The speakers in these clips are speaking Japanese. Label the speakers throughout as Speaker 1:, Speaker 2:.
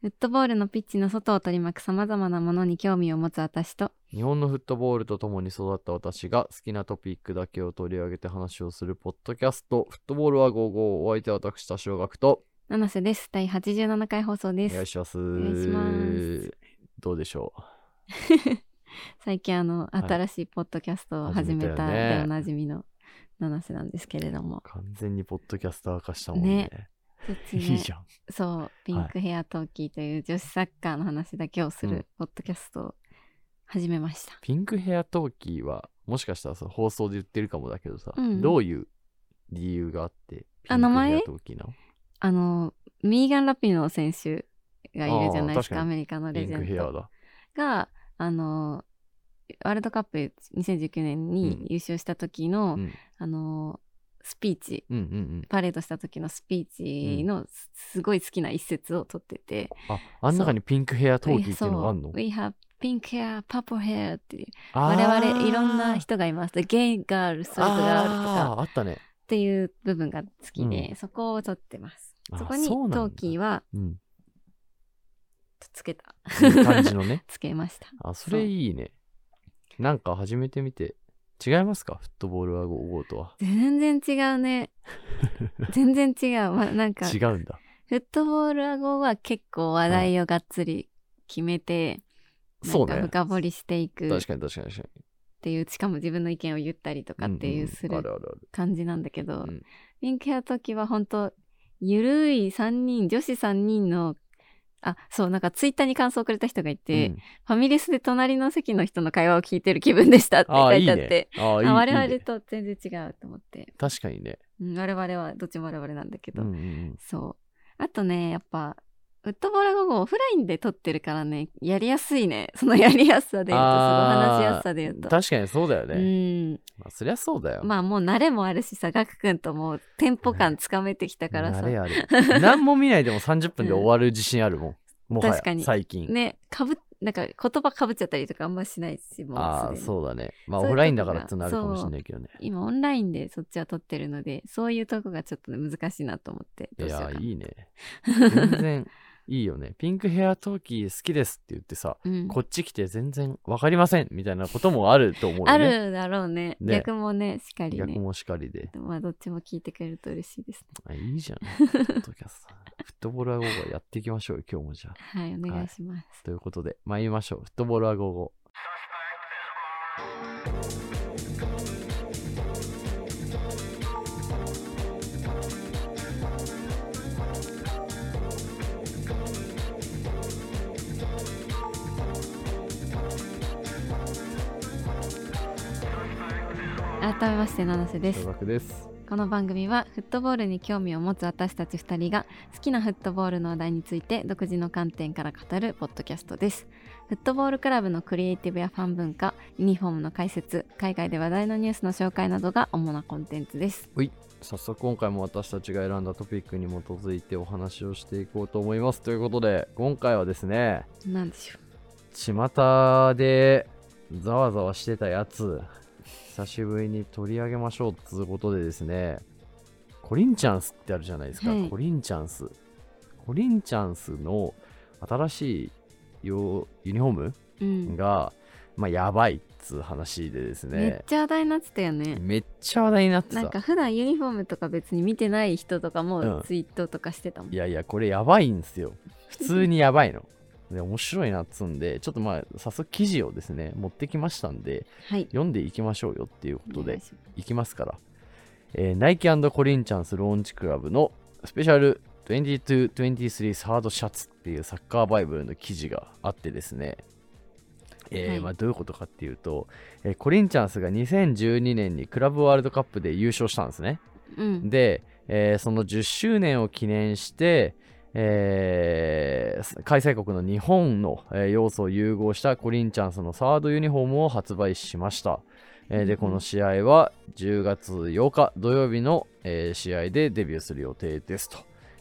Speaker 1: フットボールのピッチの外を取り巻く様々なものに興味を持つ私と、
Speaker 2: 日本のフットボールと共に育った私が好きなトピックだけを取り上げて話をするポッドキャスト、フットボールは55をお相手は私、田小学と、
Speaker 1: 七瀬です。第87回放送
Speaker 2: お
Speaker 1: で
Speaker 2: 願
Speaker 1: す。
Speaker 2: いします。
Speaker 1: 願いします
Speaker 2: どうでしょ
Speaker 1: 最近あの、
Speaker 2: い
Speaker 1: 新しいポッドキャストを始め
Speaker 2: 始
Speaker 1: た
Speaker 2: めたよね
Speaker 1: でおなじみの七瀬なんですけれど
Speaker 2: う
Speaker 1: も。
Speaker 2: 完全にポッドキャスター化したもんね。
Speaker 1: そっち
Speaker 2: い
Speaker 1: ね
Speaker 2: いじゃん。
Speaker 1: そう、ピンクヘアトーキーという女子サッカーの話だけをす
Speaker 2: う
Speaker 1: る
Speaker 2: ん
Speaker 1: ポッドキャストを始めました。
Speaker 2: ピンクヘアトーキーは、もしかしたらさ、放送で言ってるかもだけどさ、
Speaker 1: うん
Speaker 2: どういう理由があって、ピ
Speaker 1: あ
Speaker 2: ン
Speaker 1: 名
Speaker 2: クヘ
Speaker 1: 前
Speaker 2: アトーキーなの
Speaker 1: あの、ミーガン・ラピノ選手がいるじゃないですか、
Speaker 2: あー確かに
Speaker 1: アメリカの
Speaker 2: ピ
Speaker 1: レジ
Speaker 2: ンク
Speaker 1: ェン
Speaker 2: ヘア
Speaker 1: ド
Speaker 2: だ。
Speaker 1: が、あの、ワールドカップ2019年
Speaker 2: うん
Speaker 1: に優勝した時の、
Speaker 2: うん
Speaker 1: あの、スピーチ、
Speaker 2: うんうんうん。
Speaker 1: パレードした時のスピーチのすすごい好きな一節を撮ってて、
Speaker 2: あ、あん中にピンクヘアトーキーっていうのがあんの
Speaker 1: We have pink hair, purple hair っていう、
Speaker 2: あー
Speaker 1: 我々いろんな人がいます。ゲイがある、スープがあるとか
Speaker 2: あ。ーあったね。
Speaker 1: っていう部分が好きで、
Speaker 2: う
Speaker 1: そこを撮ってます。
Speaker 2: あ
Speaker 1: そこに
Speaker 2: そうなんだ
Speaker 1: トーキーは
Speaker 2: うん。
Speaker 1: つけた。
Speaker 2: いい感じのね。
Speaker 1: つけました。
Speaker 2: あ、それいいね。なんか始めてみて、違いますかフットボールは5号とは。
Speaker 1: 全然違う ね。全然違う。まあ、なんか、
Speaker 2: 違
Speaker 1: フ
Speaker 2: うんだ。
Speaker 1: ットボールアゴは結構話題をがっつり決めて、
Speaker 2: そう
Speaker 1: なん
Speaker 2: ね。
Speaker 1: か深掘りしていくっ
Speaker 2: 確かに確かに確か
Speaker 1: ていう、しかも自分の意見を言ったりとかっ
Speaker 2: に。
Speaker 1: てい
Speaker 2: ん
Speaker 1: うんす
Speaker 2: あ
Speaker 1: る
Speaker 2: るある
Speaker 1: 感じなんだけ
Speaker 2: あ
Speaker 1: ど
Speaker 2: る。う、ん
Speaker 1: ピンクヘア時は本当ゆるい3人、女子3人の、あ、そう、なんかツイッターに感想をくれた人がいて、
Speaker 2: うん
Speaker 1: ファミレスで隣の席の人の会話を聞いてる気分でしたって
Speaker 2: あ
Speaker 1: 書
Speaker 2: ー、
Speaker 1: い
Speaker 2: いい
Speaker 1: てあっ
Speaker 2: ね
Speaker 1: て。。
Speaker 2: あー、いい
Speaker 1: あ
Speaker 2: いい
Speaker 1: 我
Speaker 2: ね
Speaker 1: 々。と全然違うと思って、
Speaker 2: 確かにね。
Speaker 1: うん、我々はどっちも我々なんだけ
Speaker 2: う
Speaker 1: ど、
Speaker 2: んうんうん。
Speaker 1: そうあとねやっぱウッドボール午後オフラインで撮ってるからねやりやすいね そのやりやすさで言うとその話しやすさで言うと
Speaker 2: 確かにそうだよね。まあ、そりゃそうだ
Speaker 1: う
Speaker 2: よ。
Speaker 1: んまあもう慣れもあるしさガク君ともうテンポ感つかめてきたからさ
Speaker 2: 慣れ ある。何も見ないでも30分で終わる自信あるもん。もはや
Speaker 1: 確かに
Speaker 2: 最近。
Speaker 1: ねかぶなんか言葉かぶっちゃったりとかあんましないしもう
Speaker 2: ああ、
Speaker 1: すでに
Speaker 2: そうだね。まあ、
Speaker 1: そういうとこが
Speaker 2: オフラインだからってなるかもしれないけどね。
Speaker 1: 今オンラインでそっちは撮ってるのでそういうとこがちょっと難しいなと思って
Speaker 2: い
Speaker 1: どうしよう
Speaker 2: や
Speaker 1: かな
Speaker 2: ー、いいね。 全然いいよね。ピンクヘアトーキー好きですって言ってさ、
Speaker 1: うん
Speaker 2: こっち来て全然わかりませんみたいなこともあると思うよね。
Speaker 1: あるだろうね。
Speaker 2: ね
Speaker 1: 逆もね、しっかり
Speaker 2: 逆
Speaker 1: ね。
Speaker 2: もしかりで。
Speaker 1: まあ、どっちも聞いてくれると嬉しいです ね。
Speaker 2: あいいじゃん。ポッドキャストフットボールアゴーゴーやっていきましょうよ、今日もじゃあ。
Speaker 1: はい、お願いします。
Speaker 2: ということで、参りましょう。フットボールアゴーゴ
Speaker 1: 改めまして、七瀬で
Speaker 2: ー。小
Speaker 1: す。
Speaker 2: 学です。
Speaker 1: この番組は、フットボールに興味を持つ私たち2人が、好きなフットボールの話題について、独自の観点から語るポッドキャストです。フットボールクラブのクリエイティブやファン文化、ユニフォームの解説、海外で話題のニュースの紹介などが主なコンテンツです。
Speaker 2: 早速今回も私たちが選んだトピックに基づいてお話をしていこうと思います。ということで、今回はですね、
Speaker 1: なんでしょ
Speaker 2: 巷でざわざわしてたやつ久しぶりに取り上げましょうっつうことでですねコリンチャンスってあるじゃないですか、
Speaker 1: はい
Speaker 2: コリンチャンスコリンチャンスの新しいよユニフォ
Speaker 1: う。う
Speaker 2: ーム
Speaker 1: ん。
Speaker 2: が、まあ、やばいっつう話でです
Speaker 1: めっ
Speaker 2: ね
Speaker 1: ちゃ話題になってたよね。
Speaker 2: めっちゃ話題になって
Speaker 1: なん
Speaker 2: た
Speaker 1: か普段ユニフォームとか別に見てない人とか
Speaker 2: う
Speaker 1: も
Speaker 2: ん
Speaker 1: ツイートとかしてたもん。
Speaker 2: いやいやこれやばいんですよ普通にやばいので面白いなっつうんでちょっとまあ早速記事をですね持ってきましたんで
Speaker 1: はい。
Speaker 2: 読んでいきましょうよっていうこと
Speaker 1: お願
Speaker 2: で
Speaker 1: いします
Speaker 2: いきますから、えーナイキコリンチャンスローンチクラブのスペシャル22-23サードシャツっていうサッカーバイブルの記事があってですね、えー
Speaker 1: はい
Speaker 2: まあ、どういうことかっていうと、えーコリンチャンスが2012年にクラブワールドカップで優勝したんですね
Speaker 1: うん。
Speaker 2: で、えーその10周年を記念して、えー開催国の日本の、えー要素を融合したコリンチャンスのサードユニフォームを発売しました。えーで、この試合は10月8日土曜日の、えー試合でデビューする予定ですと、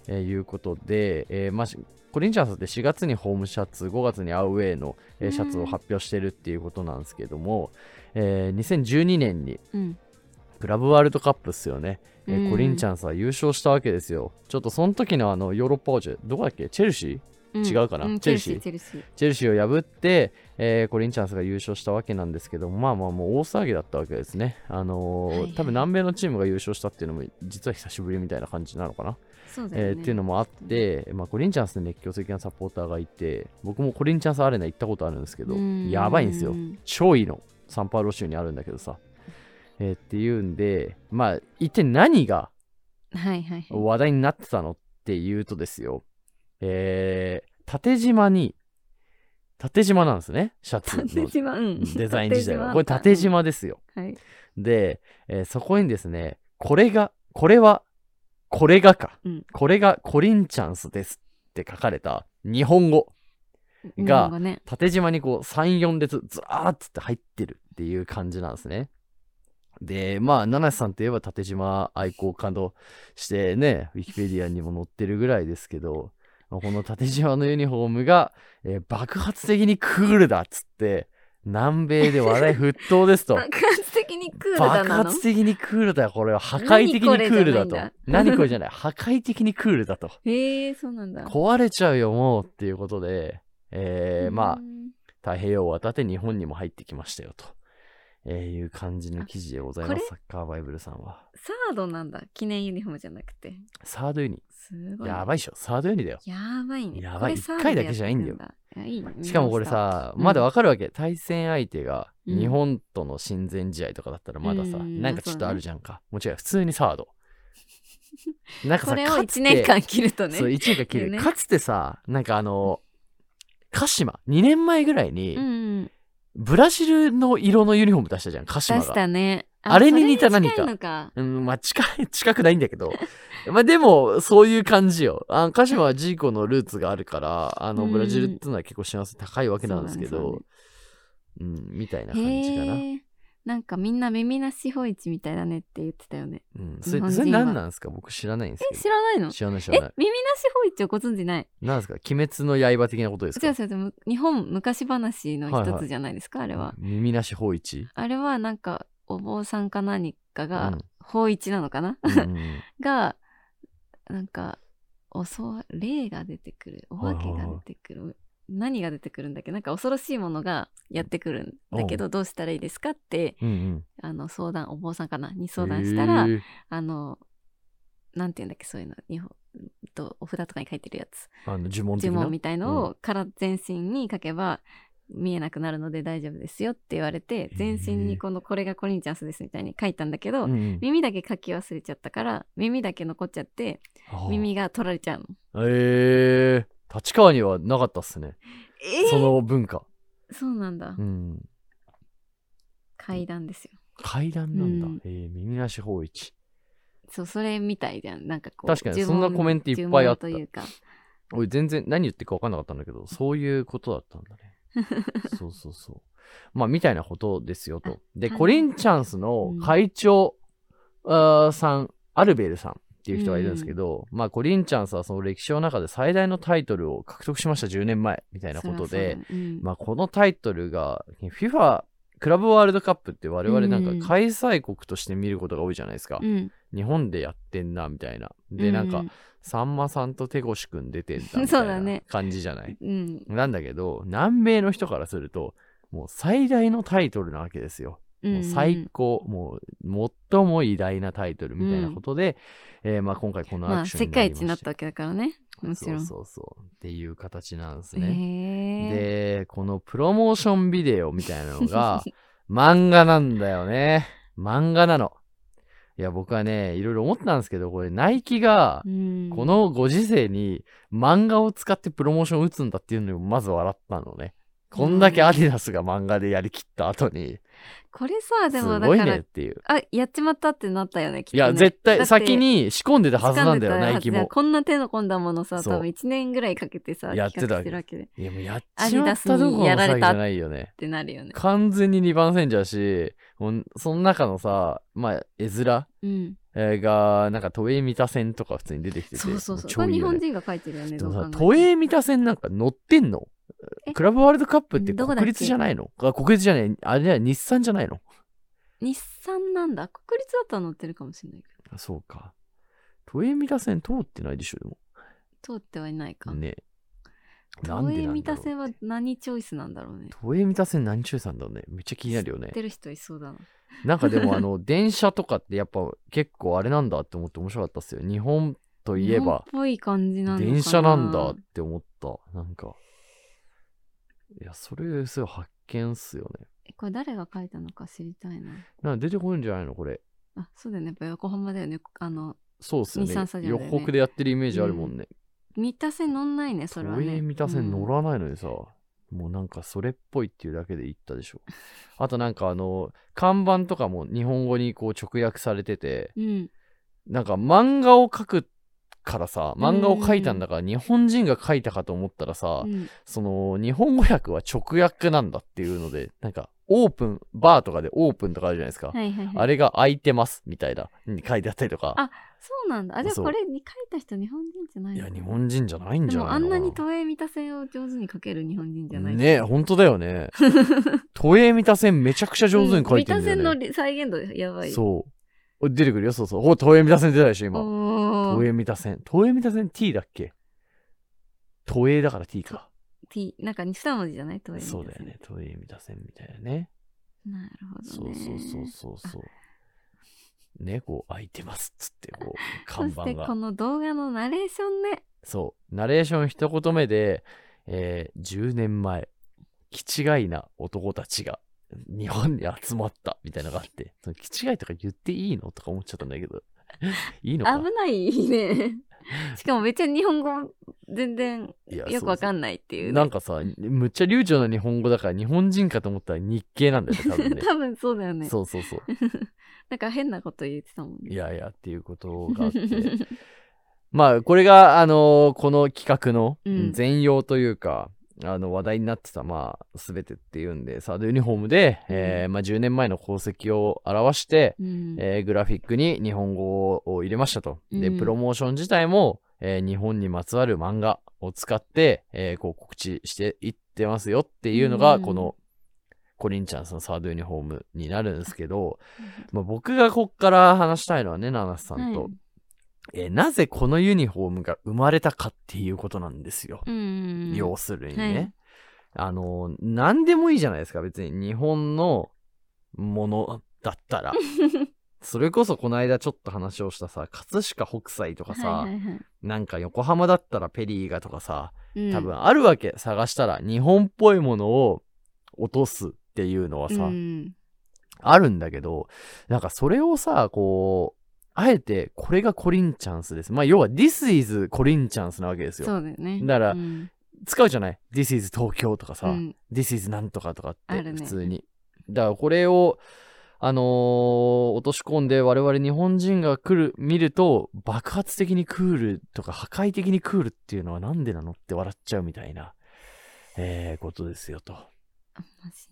Speaker 2: えーいうことで、えーまあしコリンチャンスって4月にホームシャツ、5月にアウェーの、えーシャツを発表してるっていうことなんですけども、えー2012年に
Speaker 1: うん。ク
Speaker 2: クラブワールドカップっすよね、えー
Speaker 1: うん
Speaker 2: コリンチャンスは優勝したわけですよちょっとその時のあのヨーロッパ王者どこだっけチェルシ
Speaker 1: ん
Speaker 2: 違うかな
Speaker 1: うん
Speaker 2: チェルシー
Speaker 1: チェルシー
Speaker 2: チェルシーを破って、えーコリンチャンスが優勝したわけなんですけども、まあまあもう大騒ぎだったわけですね。あのー
Speaker 1: はいはい
Speaker 2: 多分南米のチームが優勝したっていうのも、実は久しぶりみたいな感じなのかな。
Speaker 1: そうだよね
Speaker 2: えーっていうのもあって、まあ、コリンチャンスの熱狂的なサポーターがいて、僕もコリンチャンスアレナ行ったことあるんですけど
Speaker 1: う、ん
Speaker 2: やばいんですよ
Speaker 1: う。ん
Speaker 2: 超いいの。サンパウロ州にあるんだけどさ。えーっていうんで、まあ、一体何が
Speaker 1: はいはいはい
Speaker 2: 話題になってたのっていうとですよ、えー、縦縞に、縦縞なんですね、シャツ
Speaker 1: 縦
Speaker 2: の
Speaker 1: 縞うん
Speaker 2: デザイン自体は。
Speaker 1: 縞
Speaker 2: これ縦縞ですよ。
Speaker 1: はい
Speaker 2: で、えーそこにですね、これが、これは、これがか、
Speaker 1: うん
Speaker 2: これがコリンチャンスですって書かれた日本語、が
Speaker 1: 日本ね
Speaker 2: 縦縞にこう3、4列ずらーっつって入ってるっていう感じなんですね。で、まあ、七瀬さんといえば縦縞愛好家としてね、ウィキペディアにも載ってるぐらいですけど、まあこの縦縞のユニフォームが、えー爆発的にクールだっつって、南米で話題沸騰です と。
Speaker 1: 爆発的にクールだ
Speaker 2: 爆
Speaker 1: なの
Speaker 2: 発的にクールだよ、これは。破壊的にクールだと。何
Speaker 1: 何
Speaker 2: こ
Speaker 1: こ
Speaker 2: れ
Speaker 1: れ
Speaker 2: じゃない。 破壊的にクールだと。
Speaker 1: へえそうなんだ
Speaker 2: 壊れちゃうよ、もうっていうことで、えー、まあ
Speaker 1: う、ん
Speaker 2: 太平洋を渡って日本にも入ってきましたよと、えーいう感じの記事でございま
Speaker 1: あこ
Speaker 2: す
Speaker 1: れ
Speaker 2: サッカーバイブルさんは
Speaker 1: サードなんだ記念ユニフォームじゃなくて
Speaker 2: サードユニ
Speaker 1: すごい
Speaker 2: やばいっしょサードユニだよ
Speaker 1: やばいね
Speaker 2: やばい
Speaker 1: これサード
Speaker 2: 一回だけじゃないんだよ
Speaker 1: やってるんだいやいいね
Speaker 2: しかもこれさ
Speaker 1: うん
Speaker 2: まだわかるわけ、対戦相手が
Speaker 1: うん
Speaker 2: 日本との親善試合とかだったらまださ、
Speaker 1: うん
Speaker 2: なんかちょっとあるじゃんか、もちろん普通にサ ードなんかさ
Speaker 1: これを
Speaker 2: かつて
Speaker 1: 1年間切るとね
Speaker 2: そう1年間切る、
Speaker 1: ね
Speaker 2: かつてさなんかあの鹿島2年前ぐらいに、
Speaker 1: うんうん
Speaker 2: ブラジルの色のユニフォーム出したじゃん鹿島
Speaker 1: 出
Speaker 2: が
Speaker 1: したね
Speaker 2: あれに似た何か
Speaker 1: それに近いのか
Speaker 2: うん、まあ、近い、 近くないんだけど。まあ、でも、そういう感じよ。あ鹿島はジーコのルーツがあるから、あの、
Speaker 1: うん
Speaker 2: ブラジルってのは結構幸せ高いわけなんですけ
Speaker 1: そうだ
Speaker 2: ど
Speaker 1: ね、
Speaker 2: うん、みたいな感じかな。
Speaker 1: へえなんかみんな耳なしホイチみたいだねって言ってたよね
Speaker 2: うん、そ
Speaker 1: 日本人
Speaker 2: れ、
Speaker 1: は
Speaker 2: それ何なんですか僕知らないんです
Speaker 1: え
Speaker 2: け
Speaker 1: 知らないの
Speaker 2: ど。知らない、知
Speaker 1: え
Speaker 2: ら
Speaker 1: 耳
Speaker 2: な。
Speaker 1: ないしホイチをご存じない
Speaker 2: 何ですか鬼滅の刃的なことです
Speaker 1: 違
Speaker 2: か
Speaker 1: う違う違う日本昔話の
Speaker 2: はい
Speaker 1: 一
Speaker 2: はい
Speaker 1: つじゃないですか、あれは
Speaker 2: 耳なし法 一。
Speaker 1: あれはなんかお坊さんか何かが、
Speaker 2: うん
Speaker 1: 法一なのかな、
Speaker 2: うんうん
Speaker 1: がなんか襲わ霊が出てくるお化けが出てくる、何が出てくるんだっけなんか恐ろしいものがやってくるんだけど、どうしたらいいですかって
Speaker 2: うんうん。
Speaker 1: あの相談お坊さんかなに相談したら、
Speaker 2: へえ
Speaker 1: あのなんていうんだっけそういうの日本とお札とかに書いてるやつ
Speaker 2: あの、呪文的
Speaker 1: 呪
Speaker 2: な。
Speaker 1: 文みたいのを、から全身に書けば見えなくなるので大丈夫ですよって言われて
Speaker 2: ー
Speaker 1: 全身にこのこれがコリンチャンスですみたいに書いたんだけど、
Speaker 2: うんうん
Speaker 1: 耳だけ書き忘れちゃったから耳だけ残っちゃって
Speaker 2: ああ
Speaker 1: 耳が取られちゃうの。
Speaker 2: ええ立川にはなかったっすね。
Speaker 1: え
Speaker 2: その文化。
Speaker 1: そうなんだ、
Speaker 2: うん。
Speaker 1: 階段ですよ。
Speaker 2: 階段なんだ。
Speaker 1: うん
Speaker 2: えー耳なし法一。
Speaker 1: そうそれみたいじゃんなんかこう
Speaker 2: 確かに
Speaker 1: 呪文
Speaker 2: そんなコメントいっぱいあった
Speaker 1: 呪文というか
Speaker 2: 俺全然何言ってるか分かんなかったんだけど、そういうことだったんだね。そうそうそう。まあ、みたいなことですよと。で、
Speaker 1: はい
Speaker 2: コリンチャンスの会長、あーさん、アルベルさんっていう人がいるんですけど、まあ、コリンチャンスはその歴史の中で最大のタイトルを獲得しました10年前みたいなこと
Speaker 1: そりゃ
Speaker 2: で
Speaker 1: そ、うだねうん
Speaker 2: まあ、このタイトルが FIFA クラブワールドカップって我々なんか開催国として見ることが多いじゃないですか。
Speaker 1: うん
Speaker 2: 日本でやってんなみたいな。で、なんか、さんまさんと手越くん出てんだみ
Speaker 1: そ
Speaker 2: た
Speaker 1: うだ
Speaker 2: いな
Speaker 1: ね
Speaker 2: 感じじゃない。
Speaker 1: うんうん
Speaker 2: なんだけど、南米の人からすると、もう最大のタイトルなわけですよ。
Speaker 1: うん
Speaker 2: もう最高、もう最も偉大なタイトルみたいなことで、えーまあ今回この
Speaker 1: ま
Speaker 2: ア
Speaker 1: あ
Speaker 2: クション
Speaker 1: 世
Speaker 2: にな
Speaker 1: 界
Speaker 2: りまし
Speaker 1: 一になったわけだからねもちろん
Speaker 2: そうそうそう。っていう形なんですね。
Speaker 1: へえ
Speaker 2: で、このプロモーションビデオみたいな のが、漫画なんだよね。漫画なの。いや、僕はね、いろいろ思ったんですけど、これ、ナイキが、このご時世に漫画を使ってプロモーションを打つんだっていうのにもまず笑ったのね。こんだけアディダスが漫画でやりきった後に、
Speaker 1: これさですもだ
Speaker 2: ごい
Speaker 1: から、
Speaker 2: ねっていう。
Speaker 1: あやっちまったってなったよねきっと
Speaker 2: い
Speaker 1: ね
Speaker 2: や、絶
Speaker 1: だ
Speaker 2: 対
Speaker 1: って
Speaker 2: 先に仕込んでたはずなんだよ、
Speaker 1: 掴んでた
Speaker 2: ナイ
Speaker 1: はず
Speaker 2: キ
Speaker 1: だよ
Speaker 2: も。
Speaker 1: こんな手の込んだものさ
Speaker 2: そう
Speaker 1: 多分1年ぐらいかけてさ
Speaker 2: やってたわけ
Speaker 1: 企画してるわけでっ
Speaker 2: いや、もうやっ
Speaker 1: ア
Speaker 2: ち
Speaker 1: ディ
Speaker 2: ま
Speaker 1: ダ
Speaker 2: っ
Speaker 1: ス
Speaker 2: たどころ
Speaker 1: にや
Speaker 2: の
Speaker 1: ら
Speaker 2: 詐
Speaker 1: れた
Speaker 2: 欺じゃないよね。
Speaker 1: てなるよね
Speaker 2: 完全に2番線じゃし、もうその中のさ、まあ、絵面
Speaker 1: うん
Speaker 2: えーが、なんか、都営三田線とか普通に出てきてて。
Speaker 1: そうそうそう
Speaker 2: も
Speaker 1: こ
Speaker 2: う超
Speaker 1: れ
Speaker 2: いい
Speaker 1: 日
Speaker 2: よ
Speaker 1: 本
Speaker 2: ね
Speaker 1: 人が書いてるよね
Speaker 2: で
Speaker 1: どう
Speaker 2: も
Speaker 1: 考え
Speaker 2: さ
Speaker 1: て、も
Speaker 2: 都営三田線なんか乗ってんの
Speaker 1: え
Speaker 2: クラブワールドカップって
Speaker 1: どこだっけ
Speaker 2: 国立じゃないのあ国立じゃない、あれじゃ日産じゃないの
Speaker 1: 日産なんだ国立だったら乗ってるかもしれないけ
Speaker 2: あそうか。都営三田線通ってないでしょ、でも。
Speaker 1: ど通ってはいないか、
Speaker 2: ねなん
Speaker 1: 都
Speaker 2: で
Speaker 1: 営
Speaker 2: なん
Speaker 1: 三
Speaker 2: だ
Speaker 1: 田
Speaker 2: ろう
Speaker 1: 線は何チョイスなんだろうね。
Speaker 2: 都営三田線何中さんだろうねめっちゃ気になるよね
Speaker 1: 知ってる人いそうだな。
Speaker 2: なんかでも あの電車とかってやっぱ結構あれなんだって思って面白かったっすよ日本とい
Speaker 1: 日
Speaker 2: え
Speaker 1: 本っ
Speaker 2: ば
Speaker 1: ぽい感じなのかな。
Speaker 2: 電車なんだって思ったなんかいやそれすごい発見っすよね
Speaker 1: えこれ誰が書いたのか知りたいな。
Speaker 2: なんか出てこるんじゃないのこれ
Speaker 1: あ、そうだよね。やっぱ横浜だよね。あの、
Speaker 2: そうっすよね
Speaker 1: 日産スタジア
Speaker 2: 予
Speaker 1: ムだよね
Speaker 2: 告でやってるイメージあるもんね、
Speaker 1: 三田線乗んないね、それは
Speaker 2: 都
Speaker 1: ね。
Speaker 2: 営三田線乗
Speaker 1: ん、
Speaker 2: らないのにさ、もうなんかそれっぽいっていうだけで言ったでしょあとなんかあの看板とかも日本語にこう直訳されてて
Speaker 1: うん。
Speaker 2: なんか漫画を描くからさ漫画を描いたんだから日本人が描いたかと思ったらさ、
Speaker 1: うん
Speaker 2: その日本語訳は直訳なんだっていうのでなんかオープンバーとかでオープンとかあるじゃないですか、
Speaker 1: はいはいはい。
Speaker 2: あれが開いてますみたいなに書いてあったりとか
Speaker 1: あそうなんだ。あ、じゃあ
Speaker 2: そう
Speaker 1: これに書いた人日本人じゃない
Speaker 2: い
Speaker 1: の
Speaker 2: や日本人じゃないん
Speaker 1: で
Speaker 2: じゃない
Speaker 1: も
Speaker 2: の
Speaker 1: あ
Speaker 2: か
Speaker 1: んなに都営三田線を上手に書ける日本人じゃない
Speaker 2: ね本当だよ ね都営三田線めちゃくちゃ上手に書いてるんだ
Speaker 1: うん三田線
Speaker 2: よ
Speaker 1: の
Speaker 2: ね、
Speaker 1: り再現度やばい。う。
Speaker 2: そうお出てくるよそうそうお都営三田線出たでしょ今
Speaker 1: お
Speaker 2: 都
Speaker 1: ー
Speaker 2: 営三田線都営三田線 T だっけ都営だから T か
Speaker 1: T、なんか二文字じゃない都営三田
Speaker 2: そ
Speaker 1: 線
Speaker 2: うだよね都営三田線みたいなね
Speaker 1: なるほど、ね。
Speaker 2: そうそうそうそうそうねこう開いてますっつって こう看
Speaker 1: そし
Speaker 2: 板
Speaker 1: てこ
Speaker 2: が
Speaker 1: の動画のナレーションね。
Speaker 2: そうナレーション一言目で、えー10年前気違いな男たちが日本に集まったみたいなのがあってその気違いとか言っていいのとか思っちゃったんだけど いいのか
Speaker 1: 危ないね。 しかも別に日本語全然
Speaker 2: いや
Speaker 1: よくわかんないっていうね、
Speaker 2: なんかさむっちゃ流暢な日本語だから日本人かと思ったら日系なんだよね多分 ね
Speaker 1: 多分そうだよね。
Speaker 2: そうそうそう
Speaker 1: なんか変なこと言ってたもんね。
Speaker 2: いやいやっていうことがあってまあこれがあのーこの企画の
Speaker 1: うん
Speaker 2: 全容というか、あの話題になってたまあ全てっていうんでサードユニフォームで、えーまあ、10年前の功績を表して、
Speaker 1: うん
Speaker 2: えーグラフィックに日本語を入れましたと。で
Speaker 1: うん
Speaker 2: プロモーション自体も、えー日本にまつわる漫画を使って、えーこう告知していってますよっていうのが、
Speaker 1: うん
Speaker 2: このコリンチャンスのサードユニフォームになるんですけど、まあ、僕がこっから話したいのはね七瀬さんと、
Speaker 1: はい
Speaker 2: えーなぜこのユニフォームが生まれたかっていうことなんですよ。
Speaker 1: うん、
Speaker 2: 要するに
Speaker 1: は
Speaker 2: ね
Speaker 1: い。
Speaker 2: あの、何でもいいじゃないですか、別に。日本のものだっ たら。それこそこの間ちょっと話をしたさ、葛飾北斎とかさ、
Speaker 1: はいはいはい
Speaker 2: なんか横浜だったらペリーがとかさ、
Speaker 1: うん
Speaker 2: 多分あるわけ、探したら。日本っぽいものを落とすっていうのはさ、
Speaker 1: うん
Speaker 2: あるんだけど、なんかそれをさ、こう、あえて、これがコリンチャンスです。まあ、要は、This is コリンチャンスなわけです
Speaker 1: そ
Speaker 2: よ。
Speaker 1: うだよね。
Speaker 2: だから
Speaker 1: うん
Speaker 2: 使うじゃない ?This is 東京とかさ、
Speaker 1: うん、
Speaker 2: This is なんとかとかっ
Speaker 1: あ
Speaker 2: て、
Speaker 1: るね
Speaker 2: 普通に。だからこれを、あのー落とし込んで我々日本人が来る、見ると、爆発的にクールとか破壊的にクールっていうのはなんでなのって笑っちゃうみたいな、えーことですよと。
Speaker 1: あマジ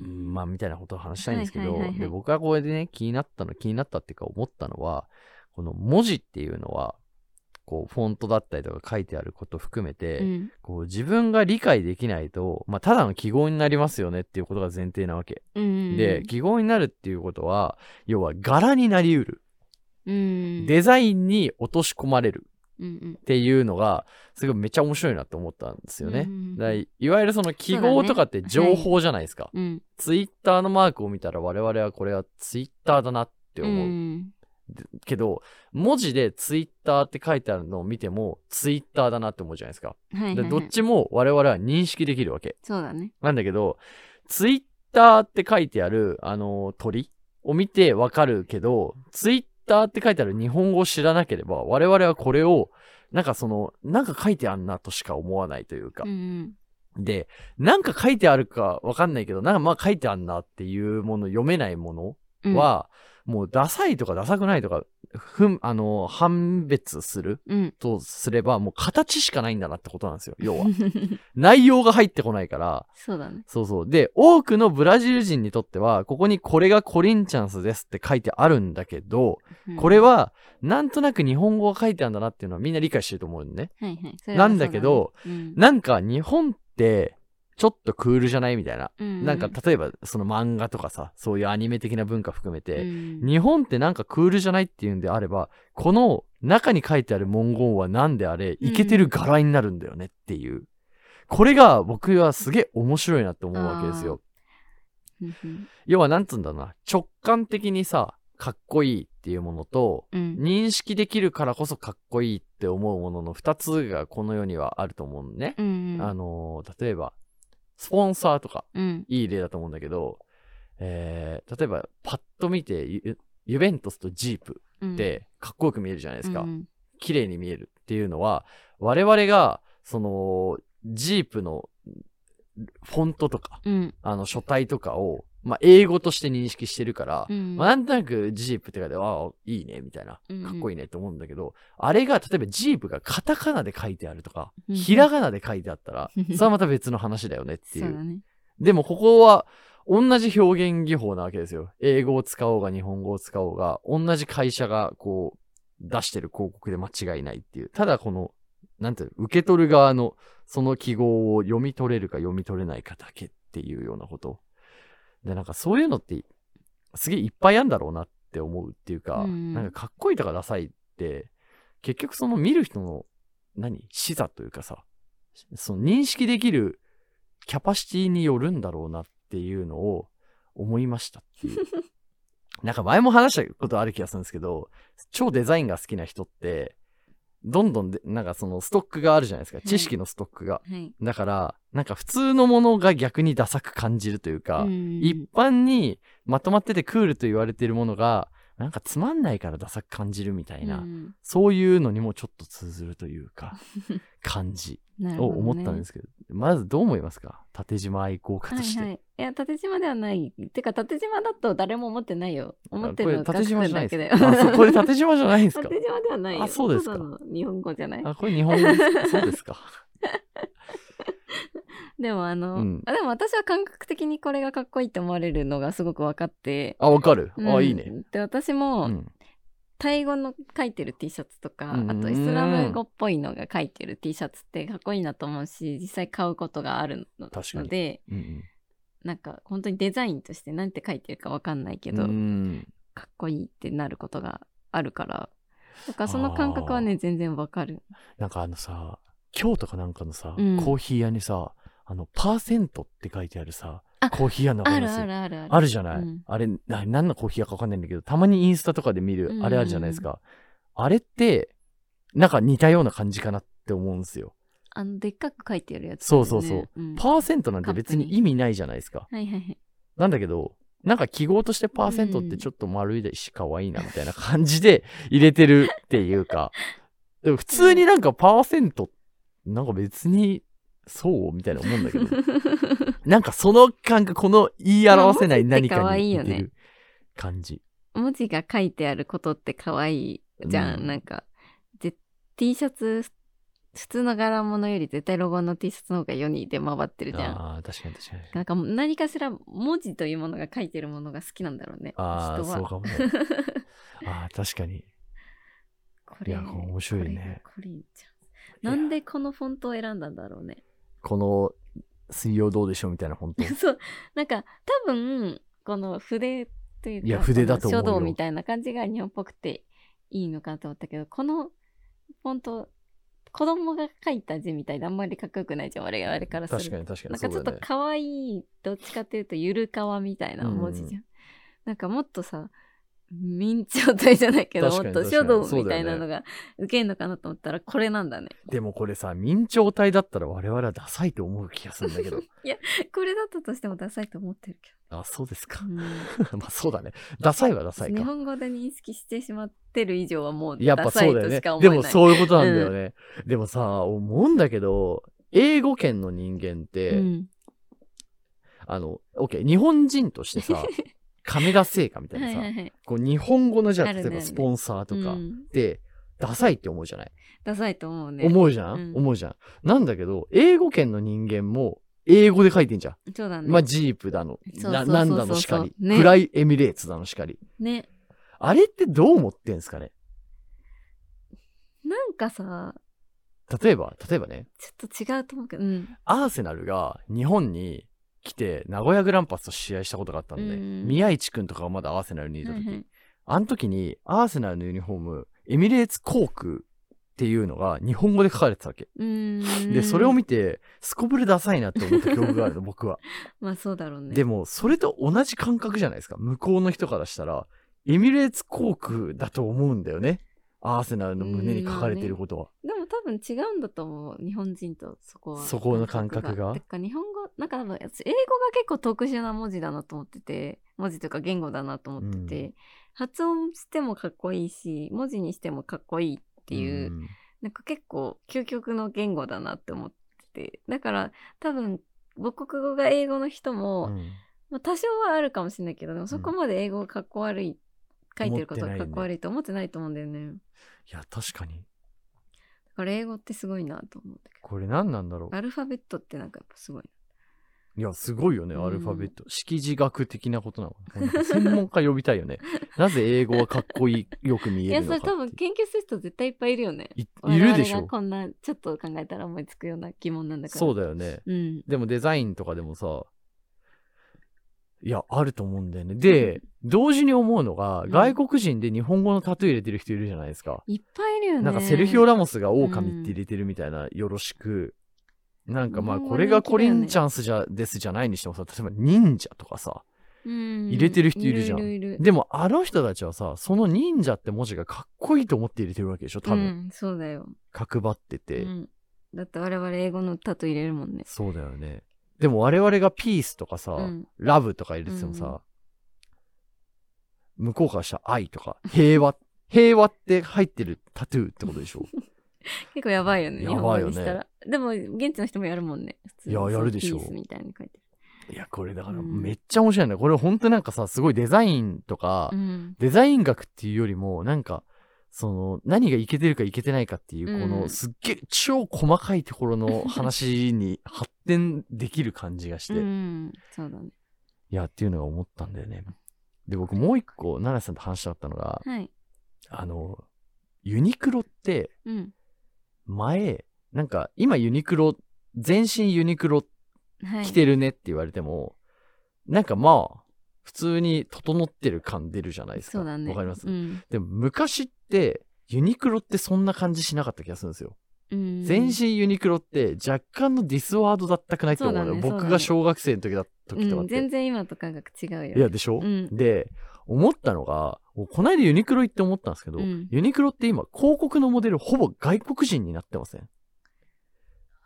Speaker 2: う
Speaker 1: ね
Speaker 2: んまあみたいなことを話したいんですけ
Speaker 1: はい
Speaker 2: ど
Speaker 1: はいはいはい
Speaker 2: で僕がこれでね気になったの気になったっていうか思ったのはこの文字っていうのはこうフォントだったりとか書いてあること含めて、
Speaker 1: うん
Speaker 2: こう自分が理解できないと、まあ、ただの記号になりますよねっていうことが前提なわけ、
Speaker 1: うん、
Speaker 2: で記号になるっていうことは要は柄になりうる
Speaker 1: うん、
Speaker 2: デザインに落とし込まれる
Speaker 1: うんうん
Speaker 2: っていうのがすごいめっちゃ面白いなって思ったんですよね、
Speaker 1: うん
Speaker 2: だからいいわゆるその記号とかって情報じゃないですか、
Speaker 1: うん、
Speaker 2: ツイッターのマークを見たら我々はこれはツイッターだなって思う、
Speaker 1: うん
Speaker 2: けど文字でツイッターって書いてあるのを見てもツイッターだなって思うじゃないですか。
Speaker 1: はいはい
Speaker 2: で
Speaker 1: はい、
Speaker 2: どっちも我々は認識できるわけ。
Speaker 1: そうだね。
Speaker 2: なんだけどツイッターって書いてあるあの鳥を見てわかるけどツイッターって書いてある日本語を知らなければ我々はこれをなんかそのなんか書いてあんなとしか思わないというか
Speaker 1: うん、うん
Speaker 2: で、なんか書いてあるかわかんないけど、なんかまあ書いてあんなっていうもの、読めないも
Speaker 1: うん
Speaker 2: の、は、もうダサいとかダサくないとか、ふん、あの、判別する
Speaker 1: うん、
Speaker 2: とすれば、もう形しかないんだなってことなん ですよ、要は。内容が入ってこないから、
Speaker 1: そうだね。
Speaker 2: そうそう。で、多くのブラジル人にとっては、ここにこれがコリンチャンスですって書いてあるんだけど、
Speaker 1: うん
Speaker 2: これ、は、なんとなく日本語が書いてあるんだなっていうのはみんな理解してると思うんね。
Speaker 1: はいはい、それは
Speaker 2: なんだけど
Speaker 1: そうだね、うん
Speaker 2: なんか日本って、ちょっとクールじゃないみたいな。
Speaker 1: う
Speaker 2: なんか例えばその漫画とかさそういうアニメ的な文化含めて、
Speaker 1: うん
Speaker 2: 日本ってなんかクールじゃないっていうんであればこの中に書いてある文言は何であれイケてる柄になるんだよねっていうこれが僕はすげえ面白いなって思うわけですよ。
Speaker 1: うんうん
Speaker 2: 要はなんつうんだろうな直感的にさかっこいいっていうものと
Speaker 1: うん
Speaker 2: 認識できるからこそかっこいいって思うものの2つがこの世にはあると思うのね。
Speaker 1: うん
Speaker 2: あのー例えばスポンサーとか
Speaker 1: うん
Speaker 2: いい例だと思うんだけど、えー例えばパッと見てユユベントスとジープ
Speaker 1: うん
Speaker 2: ってかっこよく見えるじゃないですか。
Speaker 1: うん
Speaker 2: 綺麗に見えるっていうのは我々がそのジープのフォントとか
Speaker 1: うん
Speaker 2: あの書体とかを、まあ、英語として認識してるから、
Speaker 1: うん
Speaker 2: まあ、なんとなくジープって書いてああいいねみたいな
Speaker 1: うん
Speaker 2: かっこいいねって思うんだけど、あれが例えばジープがカタカナで書いてあるとか、
Speaker 1: うん
Speaker 2: ひらがなで書いてあった ら
Speaker 1: うん
Speaker 2: それはまた別の話だよねってい
Speaker 1: そう
Speaker 2: う
Speaker 1: だね
Speaker 2: でもここは同じ表現技法なわけですよ。英語を使おうが日本語を使おうが、同じ会社がこう出してる広告で間違いないっていう。ただこの、なんていうの受け取る側のその記号を読み取れるか読み取れないかだけっていうようなこと。で、なんかそういうのってすげえいっぱいあるんだろうなって思うっていうか、
Speaker 1: うん
Speaker 2: なんかかっこいいとかダサいって、結局その見る人の何視座というかさ、その認識できるキャパシティによるんだろうなっていうのを思いましたっていう。 なんか前も話したことある気がするんですけど、超デザインが好きな人って、どんどんで、なんかそのストックがあるじゃないですか。
Speaker 1: い
Speaker 2: 知識のストックが。
Speaker 1: はい
Speaker 2: だから、なんか普通のものが逆にダサく感じるというか、
Speaker 1: うん
Speaker 2: 一般にまとまっててクールと言われてるものが、なんかつまんないからダサく感じるみたいな、
Speaker 1: うん
Speaker 2: そういうのにもちょっと通ずるという か、感じ
Speaker 1: なる
Speaker 2: を
Speaker 1: ほどね
Speaker 2: 思ったんですけど、まずどう思いますか縦島愛好家として。
Speaker 1: はいはい、いや縦島ではないてか縦島だと誰も思ってないよ思って
Speaker 2: こ
Speaker 1: る
Speaker 2: れ
Speaker 1: の
Speaker 2: 縦島じゃない
Speaker 1: だ
Speaker 2: で
Speaker 1: けだ
Speaker 2: す
Speaker 1: よ
Speaker 2: か。あそうこれ縦島じゃないですか。
Speaker 1: 縦島ではないよ
Speaker 2: あそうですか
Speaker 1: ただの日本語じゃない
Speaker 2: あ、これ日本語ですか。そうで すか。
Speaker 1: でもあの、
Speaker 2: うん
Speaker 1: あでも私は感覚的にこれがかっこいいって思われるのがすごく分かって
Speaker 2: あ、わかる。
Speaker 1: う
Speaker 2: あ、
Speaker 1: ん
Speaker 2: いいね。
Speaker 1: で私も、
Speaker 2: うん
Speaker 1: タイ語の書いてる T シャツとか、
Speaker 2: うん
Speaker 1: あとイスラム語っぽいのが書いてる T シャツってかっこいいなと思うし実際買うことがあるの
Speaker 2: 確かに
Speaker 1: で
Speaker 2: うん
Speaker 1: なんか本当にデザインとして何て書いてるか分かんないけ
Speaker 2: うん。
Speaker 1: ど、
Speaker 2: うん
Speaker 1: かっこいいってなることがあるからだからその感覚はね全然わかる
Speaker 2: なんかあのさ、今日とかなんかのさ、
Speaker 1: うん
Speaker 2: コーヒー屋にさ、あの、パーセントって書いてあるさ
Speaker 1: あ、
Speaker 2: コーヒー屋の
Speaker 1: あるあるあるある
Speaker 2: あるじゃない、
Speaker 1: うん
Speaker 2: あれな、何のコーヒー屋かわかんないんだけど、たまにインスタとかで見る
Speaker 1: う、ん
Speaker 2: あれあるじゃないですか。あれって、なんか似たような感じかなって思うんですよ。
Speaker 1: あのでっかく書いてるやつ、ね、
Speaker 2: そうそうそう、
Speaker 1: ん
Speaker 2: パーセントなんて別に意味ないじゃないですか。
Speaker 1: はいはいはい
Speaker 2: なんだけど、なんか記号としてパーセントってちょっと丸いし可愛いなみたいな感 じで入れてるっていうか、でも普通になんかパーセント、なんか別にそうみたいな思うんだけど、 なんかその感覚、この言い表せない何かに似てる感じ。
Speaker 1: 文字が書いてあることって可愛いじゃん、
Speaker 2: うん
Speaker 1: なんかで T シャツ普通の柄物より絶対ロゴの T シャツの方が世に出回ってるじゃん
Speaker 2: ああ、確かに確かに。
Speaker 1: なんか何かしら文字というものが書いてるものが好きなんだろうね
Speaker 2: ああ、
Speaker 1: 人は
Speaker 2: そうかもね。ああ、確かに。
Speaker 1: これ
Speaker 2: いやこれ面白いね
Speaker 1: これこれいいじゃんなんでこのフォントを選んだんだろうね
Speaker 2: この水曜どうでしょうみたいな、 本当
Speaker 1: そうなんか多分この筆というか
Speaker 2: いや筆だと思うよ
Speaker 1: この書道みたいな感じが日本っぽくていいのかと思ったけどこのフォント子供が書いた字みたいであんまりかっこよくないじゃん我々からする
Speaker 2: 確かに確か
Speaker 1: な
Speaker 2: に。
Speaker 1: んかちょっと可愛い、どっちかというとゆるかわみたいな文字じゃん、なんかもっとさ明朝体じゃないけども
Speaker 2: 確
Speaker 1: っ
Speaker 2: かに
Speaker 1: と
Speaker 2: 確か
Speaker 1: 書
Speaker 2: に
Speaker 1: 道
Speaker 2: そうだよね
Speaker 1: みたいなのが受けんのかなと思ったらこれなんだね
Speaker 2: でもこれさ、明朝体だったら我々はダサいと思う気がするんだ けど。
Speaker 1: これだったとしてもダサいと思ってるけ
Speaker 2: あ、そうですか
Speaker 1: ど、。うん
Speaker 2: まあそうだね。ダサいはダサい
Speaker 1: 日
Speaker 2: か。
Speaker 1: 本語で認識してしまってる以上はもう
Speaker 2: やっ
Speaker 1: ダ
Speaker 2: ぱ
Speaker 1: サ
Speaker 2: そ
Speaker 1: いう
Speaker 2: だ
Speaker 1: と
Speaker 2: よね
Speaker 1: しか。思え
Speaker 2: で
Speaker 1: ない。
Speaker 2: もそういうことなんだよね。でもさ、思うんだけど、英語圏の人間って、
Speaker 1: うん
Speaker 2: あの、OK、日本人とし てさ、亀田製菓みたいな
Speaker 1: はい
Speaker 2: さ、
Speaker 1: はいはい。
Speaker 2: こう日本語のじゃあ、
Speaker 1: ある
Speaker 2: 例
Speaker 1: ね
Speaker 2: えばスポンサーとか
Speaker 1: う
Speaker 2: っ
Speaker 1: ん
Speaker 2: て、ダサいって思うじゃない、
Speaker 1: ダサいと思うね。
Speaker 2: 思うじゃん、
Speaker 1: うん
Speaker 2: 思うじゃん。なんだけど、英語圏の人間も、英語で書いてんじゃん。
Speaker 1: そうだね。
Speaker 2: まあ、ジープだの、
Speaker 1: そうそうそうそ
Speaker 2: な
Speaker 1: う
Speaker 2: なんだのしかり、
Speaker 1: ね
Speaker 2: フライエミレーツだのしかり。
Speaker 1: ね。
Speaker 2: あれってどう思ってんすかね
Speaker 1: なんかさ、
Speaker 2: 例えば、例えばね、
Speaker 1: ちょっと違うと思うけど、うん。
Speaker 2: アーセナルが日本に来て名古屋グランパスと試合したことがあったんで、
Speaker 1: うん
Speaker 2: 宮市くんとかがまだアーセナルにいた時、
Speaker 1: はいはい
Speaker 2: あの時にアーセナルのユニフォームエミレーツ航空っていうのが日本語で書かれてたわけ。
Speaker 1: うーん
Speaker 2: で、それを見て、すこぶるダサいなって思った記憶があるの、僕は。
Speaker 1: まあそうだろうね
Speaker 2: でも、それと同じ感覚じゃないですか。向こうの人からしたら、エミレーツ航空だと思うんだよね。アーセナルの胸に書かれていることは。
Speaker 1: でも多分違うんだと思う日本人とそこは
Speaker 2: そこの感覚が
Speaker 1: てか日本語なんか多分私英語が結構特殊な文字だなと思ってて文字というか言語だなと思ってて、
Speaker 2: う
Speaker 1: 発音してもかっこいいし文字にしてもかっこいいっていう、
Speaker 2: ん
Speaker 1: なんか結構究極の言語だなって思っててだから多分母国語が英語の人も、
Speaker 2: うん
Speaker 1: まあ、多少はあるかもしれないけどでもそこまで英語がかっこ悪い、書いてることがかっこ悪いと思ってないと思うんだよね
Speaker 2: いや、確かに。
Speaker 1: だから英語ってすごいなと思うんだけど
Speaker 2: これ何なんだろ
Speaker 1: アルファベットってなんかやっぱすごいな。
Speaker 2: う。いや、すごいよね、
Speaker 1: うん
Speaker 2: アルファベット。識字学的なことなのかな。なんか専門家呼びたいよ ね。なぜ英語はかっこいい、よく見
Speaker 1: い
Speaker 2: え
Speaker 1: や、
Speaker 2: る
Speaker 1: そ
Speaker 2: の
Speaker 1: れ
Speaker 2: か
Speaker 1: 多
Speaker 2: っ
Speaker 1: 分
Speaker 2: て
Speaker 1: 研究する人絶対いっぱいいるよね。
Speaker 2: いいるでし
Speaker 1: 我々
Speaker 2: ょ
Speaker 1: が。こんなちょっと考えたら思いつくような疑問なんだから。
Speaker 2: そう
Speaker 1: だ。
Speaker 2: だよね。
Speaker 1: うん。
Speaker 2: でもデザインとかでもさ、いや、あると思うんだよね。で、同時に思うのが
Speaker 1: う、ん
Speaker 2: 外国人で日本語のタトゥー入れてる人いるじゃないですか。
Speaker 1: いっぱいいるよね。
Speaker 2: なんかセルヒオ・ラモスが狼って入れてるみたいな、よろしく。なんかまあ、
Speaker 1: 日本語
Speaker 2: これが
Speaker 1: 人気だよ
Speaker 2: コ
Speaker 1: ね
Speaker 2: リンチャンスじゃ、ですじゃないにしてもさ、例えば忍者とかさ。
Speaker 1: 入
Speaker 2: 入れてる人いるじゃん
Speaker 1: いるいるいる
Speaker 2: でも、あの人たちはさ、その忍者って文字がかっこいいと思って入れてるわけでしょ、多分。
Speaker 1: うん、そうだよ。
Speaker 2: 角張ってて。
Speaker 1: うんだって我々英語のタトゥー入れるもんね。
Speaker 2: そうだよね。でも我々がピースとかさ、
Speaker 1: うん
Speaker 2: ラブとか入れててもさ、向こうからしたら愛とか、平 和、平和って入ってるタトゥーってことでしょ
Speaker 1: 結構やばいよね。
Speaker 2: やばいよ
Speaker 1: 日本語
Speaker 2: ね
Speaker 1: にしたら。でも現地の人もやるもんね。普通に
Speaker 2: いややるでしょ
Speaker 1: ピースみたいに書いて
Speaker 2: いや、これだから
Speaker 1: うん
Speaker 2: めっちゃ面白いんだよ。これ本当なんかさ、すごいデザインとか、
Speaker 1: ある。うん。
Speaker 2: デザイン学っていうよりも、なんか、その、何がいけてるかいけてないかっていうう、
Speaker 1: ん
Speaker 2: この、すっげえ超細かいところの話に発展できる感じがして、
Speaker 1: う
Speaker 2: い
Speaker 1: ん、そうだね。
Speaker 2: や、っていうのが思ったんだよね。で、僕もう一個、奈良さんと話し合ったのが、
Speaker 1: はい。
Speaker 2: あの、ユニクロって
Speaker 1: うん。
Speaker 2: 前、なんか今ユニクロ、全身ユニクロ
Speaker 1: はい。
Speaker 2: 着てるねって言われても、なんかまあ、普通に整ってる感出るじゃないですか。
Speaker 1: そうだね。
Speaker 2: わかります、
Speaker 1: うん。
Speaker 2: でも昔って、ユニクロってそんな感じしなかった気がするんですよ。
Speaker 1: うん
Speaker 2: 全身ユニクロって若干のディスワードだったくないって思うのよ
Speaker 1: そうだねそうだね
Speaker 2: 僕が小学生の時だ時とか
Speaker 1: う
Speaker 2: っ
Speaker 1: ん、
Speaker 2: て。
Speaker 1: 全然今と感覚違うよ。
Speaker 2: いや、でしょ、
Speaker 1: うん
Speaker 2: で、思ったのが、こないだユニクロ行って思ったんですけど、
Speaker 1: うん
Speaker 2: ユニクロって今、広告のモデルほぼ外国人になってませんい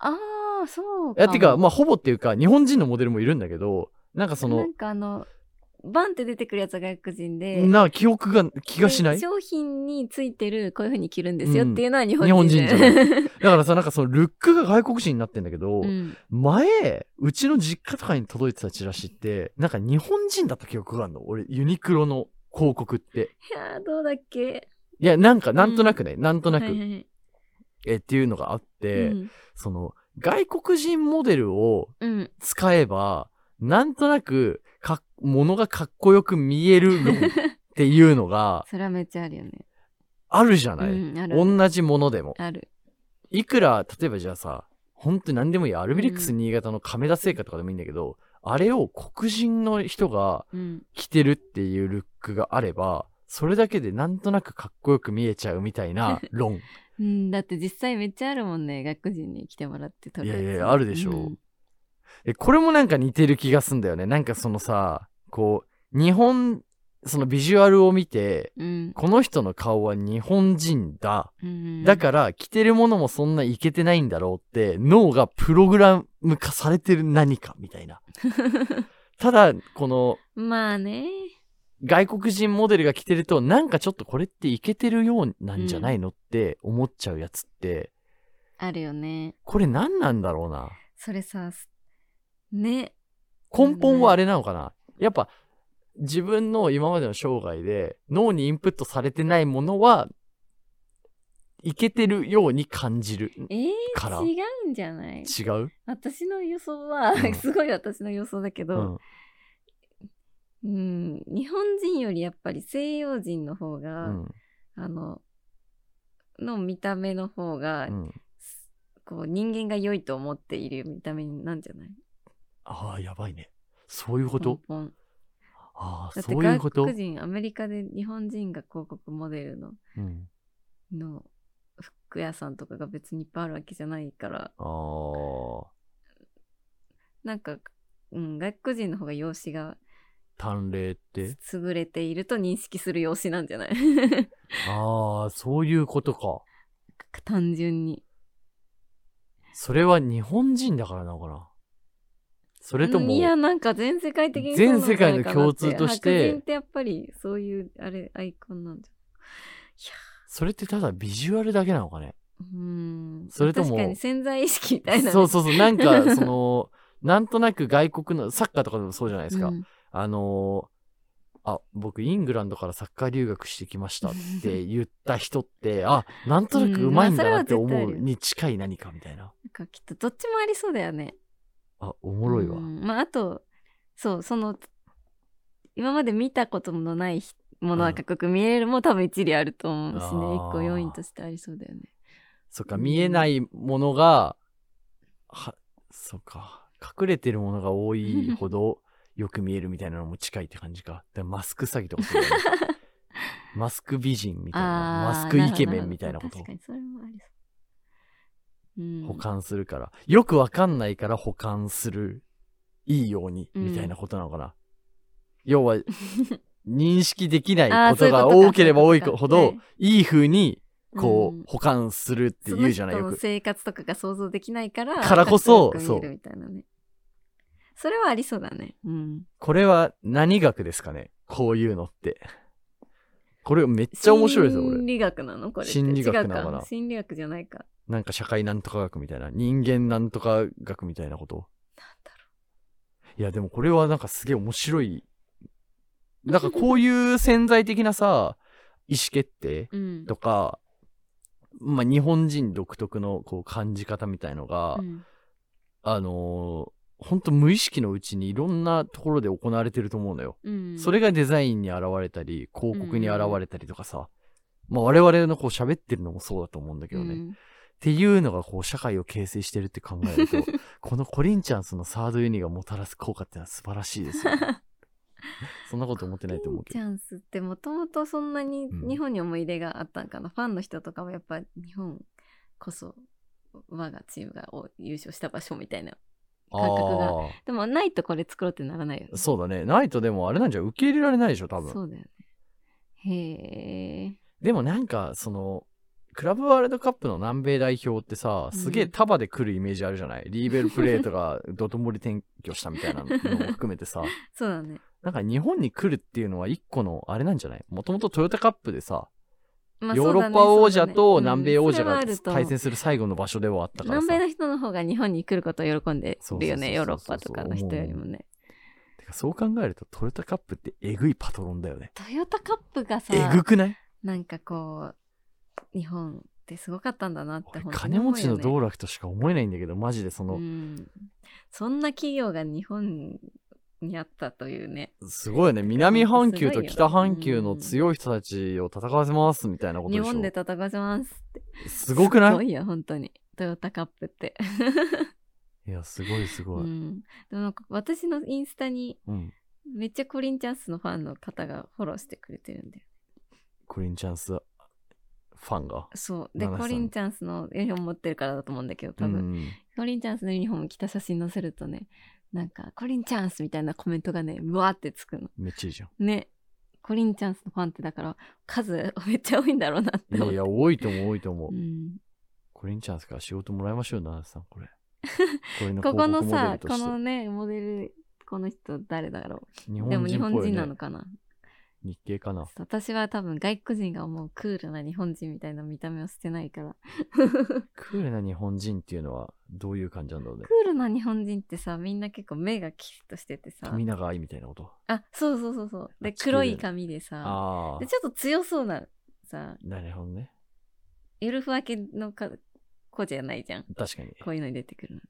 Speaker 1: ああ、そうかも。
Speaker 2: や、てか、まあ、ほぼっていうか、日本人のモデルもいるんだけど、なんかそ
Speaker 1: な
Speaker 2: の
Speaker 1: ん、かあの、バンって出てくるやつが外国人で、
Speaker 2: な、記憶が、気がしない
Speaker 1: で
Speaker 2: だ
Speaker 1: 商品についてる、こういうふうに着るんですよっていうのは日
Speaker 2: 日本
Speaker 1: 本
Speaker 2: 人
Speaker 1: 人
Speaker 2: じゃ
Speaker 1: な
Speaker 2: ないい。 からさ、なんかその、ルックが外国人になってんだけど、
Speaker 1: うん
Speaker 2: 前、うちの実家とかに届いてたチラシって、なんか日本人だった記憶があるの俺、ユニクロの広告って。
Speaker 1: いやー、どうだっけ
Speaker 2: いや、なんか、なんとなくね、なんとなく、
Speaker 1: はいはいはい
Speaker 2: え、っていうのがあって、
Speaker 1: うん
Speaker 2: その、外国人モデルを
Speaker 1: うん。
Speaker 2: 使えば、なんとなく、かっ、ものがかっこよく見える論っていうのが
Speaker 1: それはめっちゃあるよね。
Speaker 2: あるじゃない、
Speaker 1: うん、ある。
Speaker 2: 同じものでも。
Speaker 1: ある。
Speaker 2: いくら、例えばじゃあさ、本当に何でもいい。アルビレックス新潟の亀田製菓とかでもいいんだけど、あれを黒人の人が
Speaker 1: うん。
Speaker 2: 着てるっていうルックがあれば、それだけでなんとなくかっこよく見えちゃうみた いな論。
Speaker 1: うん、だって実際めっちゃあるもんね、外国人に来てもらって撮るつ
Speaker 2: いやいやあるでしょ
Speaker 1: うん
Speaker 2: え、これもなんか似てる気がすんだよね。なんかそのさ、こう、日本、そのビジュアルを見て、
Speaker 1: うん。
Speaker 2: この人の顔は日本人だ。
Speaker 1: うん
Speaker 2: だから着てるものもそんないけてないんだろうって、脳がプログラム化されてる何かみた いな。ただ、この
Speaker 1: まあね。
Speaker 2: 外国人モデルが着てると、なんかちょっとこれっていけてるようなんじゃないのって思っちゃうやつって、
Speaker 1: あるよね。
Speaker 2: これ何なんだろうな。
Speaker 1: それさ、すね。
Speaker 2: 根本はあれなのかな、やっぱ自分の今までの生涯で脳にインプットされてないものはいけてるように感じる。
Speaker 1: えー、
Speaker 2: から
Speaker 1: 違うんじゃない
Speaker 2: 違う、
Speaker 1: 私の予想は、
Speaker 2: うん
Speaker 1: すごい私の予想だけ
Speaker 2: う
Speaker 1: ど、
Speaker 2: ん、
Speaker 1: うん、日本人よりやっぱり西洋人の方
Speaker 2: う
Speaker 1: が、
Speaker 2: ん。
Speaker 1: あの、の見た目の方が、
Speaker 2: うん。
Speaker 1: すこう人間が良いと思っている見た目なんじゃない
Speaker 2: ああ、やばいね。そういうこ
Speaker 1: 根
Speaker 2: と
Speaker 1: 本
Speaker 2: ああ、
Speaker 1: だって
Speaker 2: そういう
Speaker 1: 外
Speaker 2: こと
Speaker 1: 国人、アメリカで日本人が広告モデルの
Speaker 2: うん
Speaker 1: の服屋さんとかが別にいっぱいあるわけじゃないから
Speaker 2: あー
Speaker 1: なんか、うん、外国人の方が容姿が
Speaker 2: 淡麗って
Speaker 1: 優れていると認識する容姿なんじゃない
Speaker 2: ああそういうことか
Speaker 1: 単純に
Speaker 2: それは日本人だからなのかなそれとも
Speaker 1: いやなんか全世界的にそうなんじゃないかなって
Speaker 2: 全世界の共通として
Speaker 1: 白人ってやっぱりそういうあれアイコンなんじ
Speaker 2: それってただビジュアルだけなのかね
Speaker 1: ゃんうん
Speaker 2: それとも
Speaker 1: 確かに潜在意識みたいな
Speaker 2: そう
Speaker 1: う
Speaker 2: そ うそうなんかそのなんとなく外国のサッカーとかでもそうじゃないですか、
Speaker 1: ん
Speaker 2: あのーあ僕イングランドからサッカー留学してきましたって言った人ってあなんとなくうまいんだなって
Speaker 1: うんまあそれは絶対あ
Speaker 2: 思う
Speaker 1: るよ
Speaker 2: に近い何かみたいな
Speaker 1: なんかきっとどっちもありそうだよね
Speaker 2: あおもろいわ、
Speaker 1: うんまああとそうその今まで見たことのないひもの
Speaker 2: う
Speaker 1: は
Speaker 2: ん
Speaker 1: 各国見えるも多分一理あると思うし
Speaker 2: あー
Speaker 1: ね一個要因としてありそうだよね。
Speaker 2: そっか
Speaker 1: うん
Speaker 2: 見えないものがはそっか隠れてるものが多い ほどよく見えるみたいなのも近いって感じかでマスク詐欺とかそ うだよねマスク美人みたいな
Speaker 1: あー
Speaker 2: マスクイケメンみたいなこと
Speaker 1: るほどるほど確かにそれもありそう。うん、
Speaker 2: 保管するから、よくわかんないから保管するいいようにみたいなことなのかな、要は認識できないことが
Speaker 1: あーそういうことか
Speaker 2: 多ければ多いほ
Speaker 1: そういう
Speaker 2: ど
Speaker 1: ことか
Speaker 2: いい風に こ
Speaker 1: うん
Speaker 2: う保管するって言うじゃない
Speaker 1: その
Speaker 2: よ
Speaker 1: 人の
Speaker 2: く
Speaker 1: 生活とかが想像できないから
Speaker 2: からこそ
Speaker 1: かっこよく見えるみたいなねそれはありそうだねうん
Speaker 2: これは何学ですかねこういうのってこれめっちゃ面白いですよ
Speaker 1: 心
Speaker 2: 俺
Speaker 1: 理学なのこれって
Speaker 2: 心理学なのかな
Speaker 1: 違う心理学じゃないか
Speaker 2: なんか社会なんとか学みたいな人間なんとか学みたいなこと
Speaker 1: なんだろ
Speaker 2: いやでもこれはなんかすげえ面白いなんかこういう潜在的なさ意思決定
Speaker 1: ううん
Speaker 2: とか、まあ、日本人独特のこう感じ方みたいのが、
Speaker 1: うん
Speaker 2: あの本当無意識のうちにいろんなところで行われてると思うのよ。
Speaker 1: うん、
Speaker 2: それがデザインに現れたり広告に現れたりとかさ、まあ、我々のこう喋ってるのもそうだと思うんだけどね。
Speaker 1: う
Speaker 2: っ
Speaker 1: ん
Speaker 2: ていうのがこう社会を形成してるって考え るとこのコリンチャンスのサードユニがもたらす効果ってのは素晴らし いですよね、そんなこと思ってないと思うけ
Speaker 1: チ
Speaker 2: ど。
Speaker 1: ャンスってもともとそんなに
Speaker 2: うん
Speaker 1: 日本に思い入れがあったんかな、ファンの人とかもやっぱ日本こそ我がチームがお優勝した場所みたいな
Speaker 2: あ
Speaker 1: 感覚が
Speaker 2: あ
Speaker 1: でもないとこれ作ろうってならないよね
Speaker 2: ーそうだね。ないとでもあれなんじゃ受け入れられないでしょ多分。
Speaker 1: そうだよねへえ
Speaker 2: でもなんかそのクラブワールドカップの南米代表ってさ
Speaker 1: うん
Speaker 2: すげえ束で来るイメージあるじゃない、リーベルプレートが道頓堀転居したみたいなのも含めてさ
Speaker 1: そうだね
Speaker 2: なんか日本に来るっていうのは一個のあれなんじゃないもともとトヨタカップでさ、
Speaker 1: まあ
Speaker 2: ヨーロッパ王者と南米王者が対戦
Speaker 1: す
Speaker 2: する最後の場所ではあったからさ、
Speaker 1: 南米の人の方が日本に来ることを喜んでるよね
Speaker 2: そ
Speaker 1: ヨー
Speaker 2: うそ
Speaker 1: ロ
Speaker 2: う
Speaker 1: ッ
Speaker 2: そうそう
Speaker 1: パとかの人よりもね
Speaker 2: てかそう考えるとトヨタカップってえぐいパトロンだよね
Speaker 1: トヨタカップがさ
Speaker 2: えぐくない
Speaker 1: なんかこう日本ってすごかったんだなって
Speaker 2: 俺
Speaker 1: 本当に
Speaker 2: 金
Speaker 1: 思
Speaker 2: 持
Speaker 1: うよね
Speaker 2: ちの道楽としか思えないんだけどマジでその、
Speaker 1: うん、そんな企業が日本にあったというね
Speaker 2: すごいよね。南半球と北半球
Speaker 1: う
Speaker 2: の
Speaker 1: ん
Speaker 2: 強い人たちを戦わせますみたいなことで
Speaker 1: 日
Speaker 2: しょ。
Speaker 1: 本で戦わせますって
Speaker 2: すごくない
Speaker 1: すごいよ本当にトヨタカップって、
Speaker 2: いや、すごいすご
Speaker 1: う
Speaker 2: い。
Speaker 1: ん、でもなんか私のインスタに
Speaker 2: うん。
Speaker 1: めっちゃコリンチャンスのファンの方がフォローしてくれてるんだよ
Speaker 2: コリンチャンスファンが。
Speaker 1: そうで
Speaker 2: ナナさん
Speaker 1: コリンチャンスのユニフォーム持ってるからだと思うんだけど
Speaker 2: う
Speaker 1: 多分、
Speaker 2: ん。
Speaker 1: コリンチャンスのユニフォーム着た写真載せるとねなんかコリンチャンスみたいなコメントがねうわーってつくの
Speaker 2: めっちゃいいじゃ
Speaker 1: ねコリンチャンスのファンってだから数 めっちゃ多いんだろうなっ
Speaker 2: ん。
Speaker 1: て
Speaker 2: いや
Speaker 1: 思っ
Speaker 2: い
Speaker 1: て
Speaker 2: や、多いと思う、多いと思う
Speaker 1: う。ん
Speaker 2: コリンチャンスから仕事もらいましょう、ナナさん、これ。 これの
Speaker 1: こ
Speaker 2: 広
Speaker 1: こ
Speaker 2: 告
Speaker 1: の
Speaker 2: モデ
Speaker 1: さ
Speaker 2: ルと
Speaker 1: こ
Speaker 2: し
Speaker 1: の
Speaker 2: て。
Speaker 1: ねモデルこの人誰だろ
Speaker 2: 日
Speaker 1: う、
Speaker 2: 本
Speaker 1: でも日
Speaker 2: 人っ
Speaker 1: 本
Speaker 2: ぽ
Speaker 1: 人
Speaker 2: いよ
Speaker 1: な
Speaker 2: ね
Speaker 1: の。かな
Speaker 2: 日系かな。
Speaker 1: 私は多分外国人が思うクールな日本人みたいな見た目をしてないから
Speaker 2: クールな日本人っていうのはどういう感じなんだろうね
Speaker 1: ク。ールな日本人ってさみんな結構目がキリッとしててさ
Speaker 2: 富永愛みたいなこと。
Speaker 1: あそうそうそうそうで
Speaker 2: 地球で
Speaker 1: 黒い髪でさ
Speaker 2: ああ
Speaker 1: で。ちょっと強そうなさ
Speaker 2: なるほどね。
Speaker 1: エルフ明けのか子じゃないじゃん
Speaker 2: 確かに。
Speaker 1: こういうのに出てくる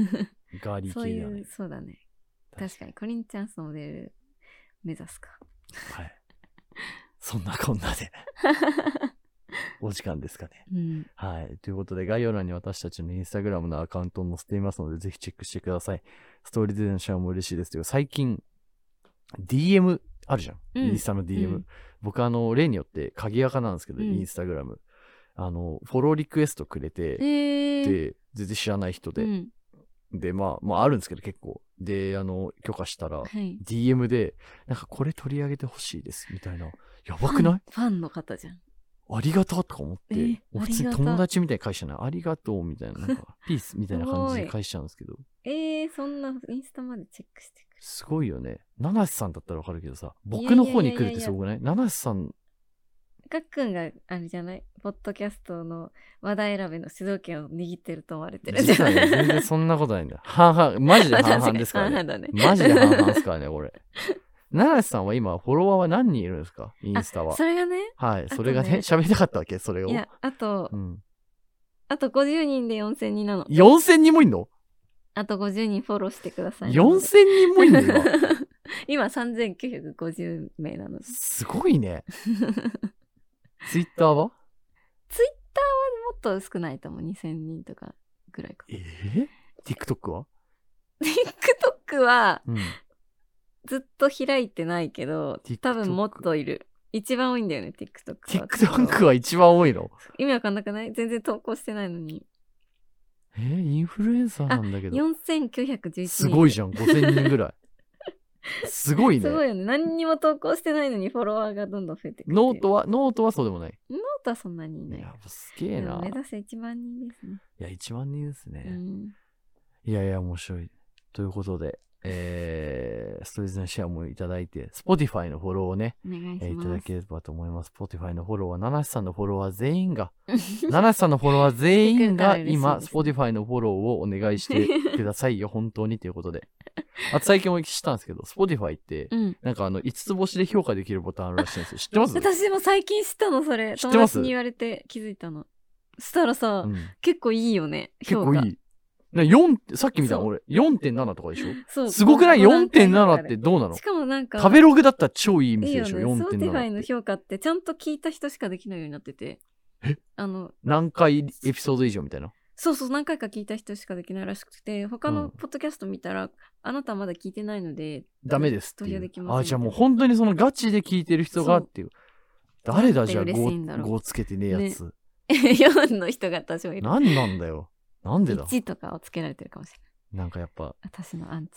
Speaker 1: なんて
Speaker 2: ガーリー系
Speaker 1: そう
Speaker 2: だ
Speaker 1: い
Speaker 2: よね
Speaker 1: う。そうだね確かにコリンチャンスのモデル目指すか
Speaker 2: はい。そんなこんな でお時間ですかね。
Speaker 1: うん
Speaker 2: はい。ということで、概要欄に私たちのインスタグラムのアカウントを載せていますので、ぜひチェックしてください。ストーリーズでのシェアも嬉しいですけど、最近、DM あるじゃん。
Speaker 1: うん
Speaker 2: インスタの DM。
Speaker 1: うん
Speaker 2: 僕、あの、例によって、鍵垢なんですけど、
Speaker 1: うん
Speaker 2: インスタグラム。あのフォローリクエストくれ
Speaker 1: え
Speaker 2: て、
Speaker 1: ー、
Speaker 2: で全然知らない人で、
Speaker 1: うん、
Speaker 2: でまあまああるんですけど結構であの許可したら
Speaker 1: はい
Speaker 2: DM でなんかこれ取り上げてほしいですみたいなやばくない
Speaker 1: ファンの方じゃん
Speaker 2: ありがとうとか思って、
Speaker 1: えー
Speaker 2: もう普
Speaker 1: あ
Speaker 2: 通に
Speaker 1: りがた
Speaker 2: 友達みたいに返しちゃないありがとうみたいななん かピースみたいな感じで返しちゃうんですけど
Speaker 1: えー、そんなインスタまでチェックしてく
Speaker 2: すごいよね七瀬さんだったらわかるけどさ僕の方に
Speaker 1: いやい
Speaker 2: 来るっ
Speaker 1: やいやい
Speaker 2: て
Speaker 1: や
Speaker 2: すごくない七瀬さん
Speaker 1: るかっくんがあれじゃないポッドキャストの話題選びの主導権を握ってると思われてるじゃ
Speaker 2: 実は
Speaker 1: ない
Speaker 2: ね全然そんなことないんだ半々マジで半々ですからね
Speaker 1: 半々だね
Speaker 2: マジで半々ですから ねこれ七瀬さんは今フォロワーは何人いるんですかインスタは
Speaker 1: それがね
Speaker 2: はい
Speaker 1: とね
Speaker 2: それがね喋りたかったわけそれを
Speaker 1: いやあと、
Speaker 2: うん、
Speaker 1: あと50人で4000人なの
Speaker 2: 4000人もいんの
Speaker 1: あと50人フォローしてください
Speaker 2: ?4000 人もいんの今
Speaker 1: 今3950名なのです
Speaker 2: すごい ねツイッターは
Speaker 1: もっと少ないと思う2000人とかぐらいか
Speaker 2: えー、?TikTok は、
Speaker 1: TikTok は
Speaker 2: うん、
Speaker 1: ずっと開いてないけど
Speaker 2: TikTok
Speaker 1: 多分もっといる一番多いんだよね TikTok は
Speaker 2: TikTok は一番多いの
Speaker 1: 意味わかんなくない全然投稿してないのに
Speaker 2: えー、インフルエンサーなんだけど
Speaker 1: 4911人
Speaker 2: すごい
Speaker 1: す
Speaker 2: じゃん、5000人ぐらい。すごいね。
Speaker 1: ごいよね何にも投稿してないのにフォロワーがどんどん増えてくっていう
Speaker 2: ノートは、ノートはそうでもない。
Speaker 1: ノートはそんなにいない
Speaker 2: や、すげ
Speaker 1: で
Speaker 2: え
Speaker 1: も
Speaker 2: な。
Speaker 1: 目
Speaker 2: い
Speaker 1: 指せ1万人ですね、
Speaker 2: や、1万人ですね。
Speaker 1: うん
Speaker 2: いやいや、面白い。ということで、えー、ストレージのシェアもいただいて、Spotify のフォローをね、
Speaker 1: お願い
Speaker 2: えー
Speaker 1: し
Speaker 2: いた
Speaker 1: ま
Speaker 2: だ
Speaker 1: す
Speaker 2: ければと思います。Spotify のフォローは、七瀬さんのフォロワー全 員が、七瀬さんのフォロワー全員が今、
Speaker 1: 来てくれ
Speaker 2: Spotify のフォローをお願いしてくださ いよ、本当にということで。あと最近お聞きしたんですけど、Spotify って、
Speaker 1: うん
Speaker 2: なんかあの、5つ星で評価できるボタンあるらしいんですよ。知ってます
Speaker 1: 私も最近知ったのそれ
Speaker 2: 知ってます
Speaker 1: 友達に言われて気づいたのしたらさ、
Speaker 2: うん
Speaker 1: 結構いいよね
Speaker 2: 結
Speaker 1: 評
Speaker 2: 構
Speaker 1: 価
Speaker 2: いい。な4ってさっき見たの
Speaker 1: そう
Speaker 2: 俺4.7とかでしょ
Speaker 1: そう
Speaker 2: すごくない
Speaker 1: この段階の
Speaker 2: ?4.7
Speaker 1: 中
Speaker 2: っ
Speaker 1: で
Speaker 2: てどうなの
Speaker 1: しかもなんか
Speaker 2: 食べログだったら超いい
Speaker 1: いい
Speaker 2: 店
Speaker 1: よ
Speaker 2: で
Speaker 1: ね
Speaker 2: し
Speaker 1: ソ
Speaker 2: ょ
Speaker 1: ーティファイ
Speaker 2: 4.7
Speaker 1: の
Speaker 2: って
Speaker 1: 評価ってちゃんと聞いた人しかできないようになっててあの
Speaker 2: 何回エピソード以上みたいな
Speaker 1: そうそう何回か聞いた人しかできないらしくて他
Speaker 2: うん
Speaker 1: のポッドキャスト見たら、あなたまだ聞いてないので
Speaker 2: ダメですってい
Speaker 1: 投票で
Speaker 2: う
Speaker 1: きません
Speaker 2: あじゃあもう本当にそのガチで聞いてる人がっていう誰だじゃあ
Speaker 1: どうやって嬉しいんだろう
Speaker 2: 5, つけてねえやつ、
Speaker 1: 4の人が多少いる
Speaker 2: 何なん だよなんでだ
Speaker 1: 1とかをつけられてるかもしれない
Speaker 2: なんかやっ ぱ、
Speaker 1: 私のアンチ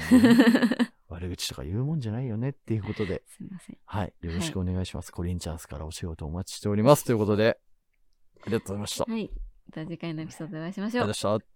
Speaker 1: すい
Speaker 2: ー悪口とか言うもんじゃないよねっていうことで
Speaker 1: ません
Speaker 2: はいよろしくお願いします、コリンチャンスからお仕事お待ちしておりますということでありがとうございました、あり
Speaker 1: はいまた次回のエピソードでお会いしまし
Speaker 2: が
Speaker 1: ょ
Speaker 2: とうございうました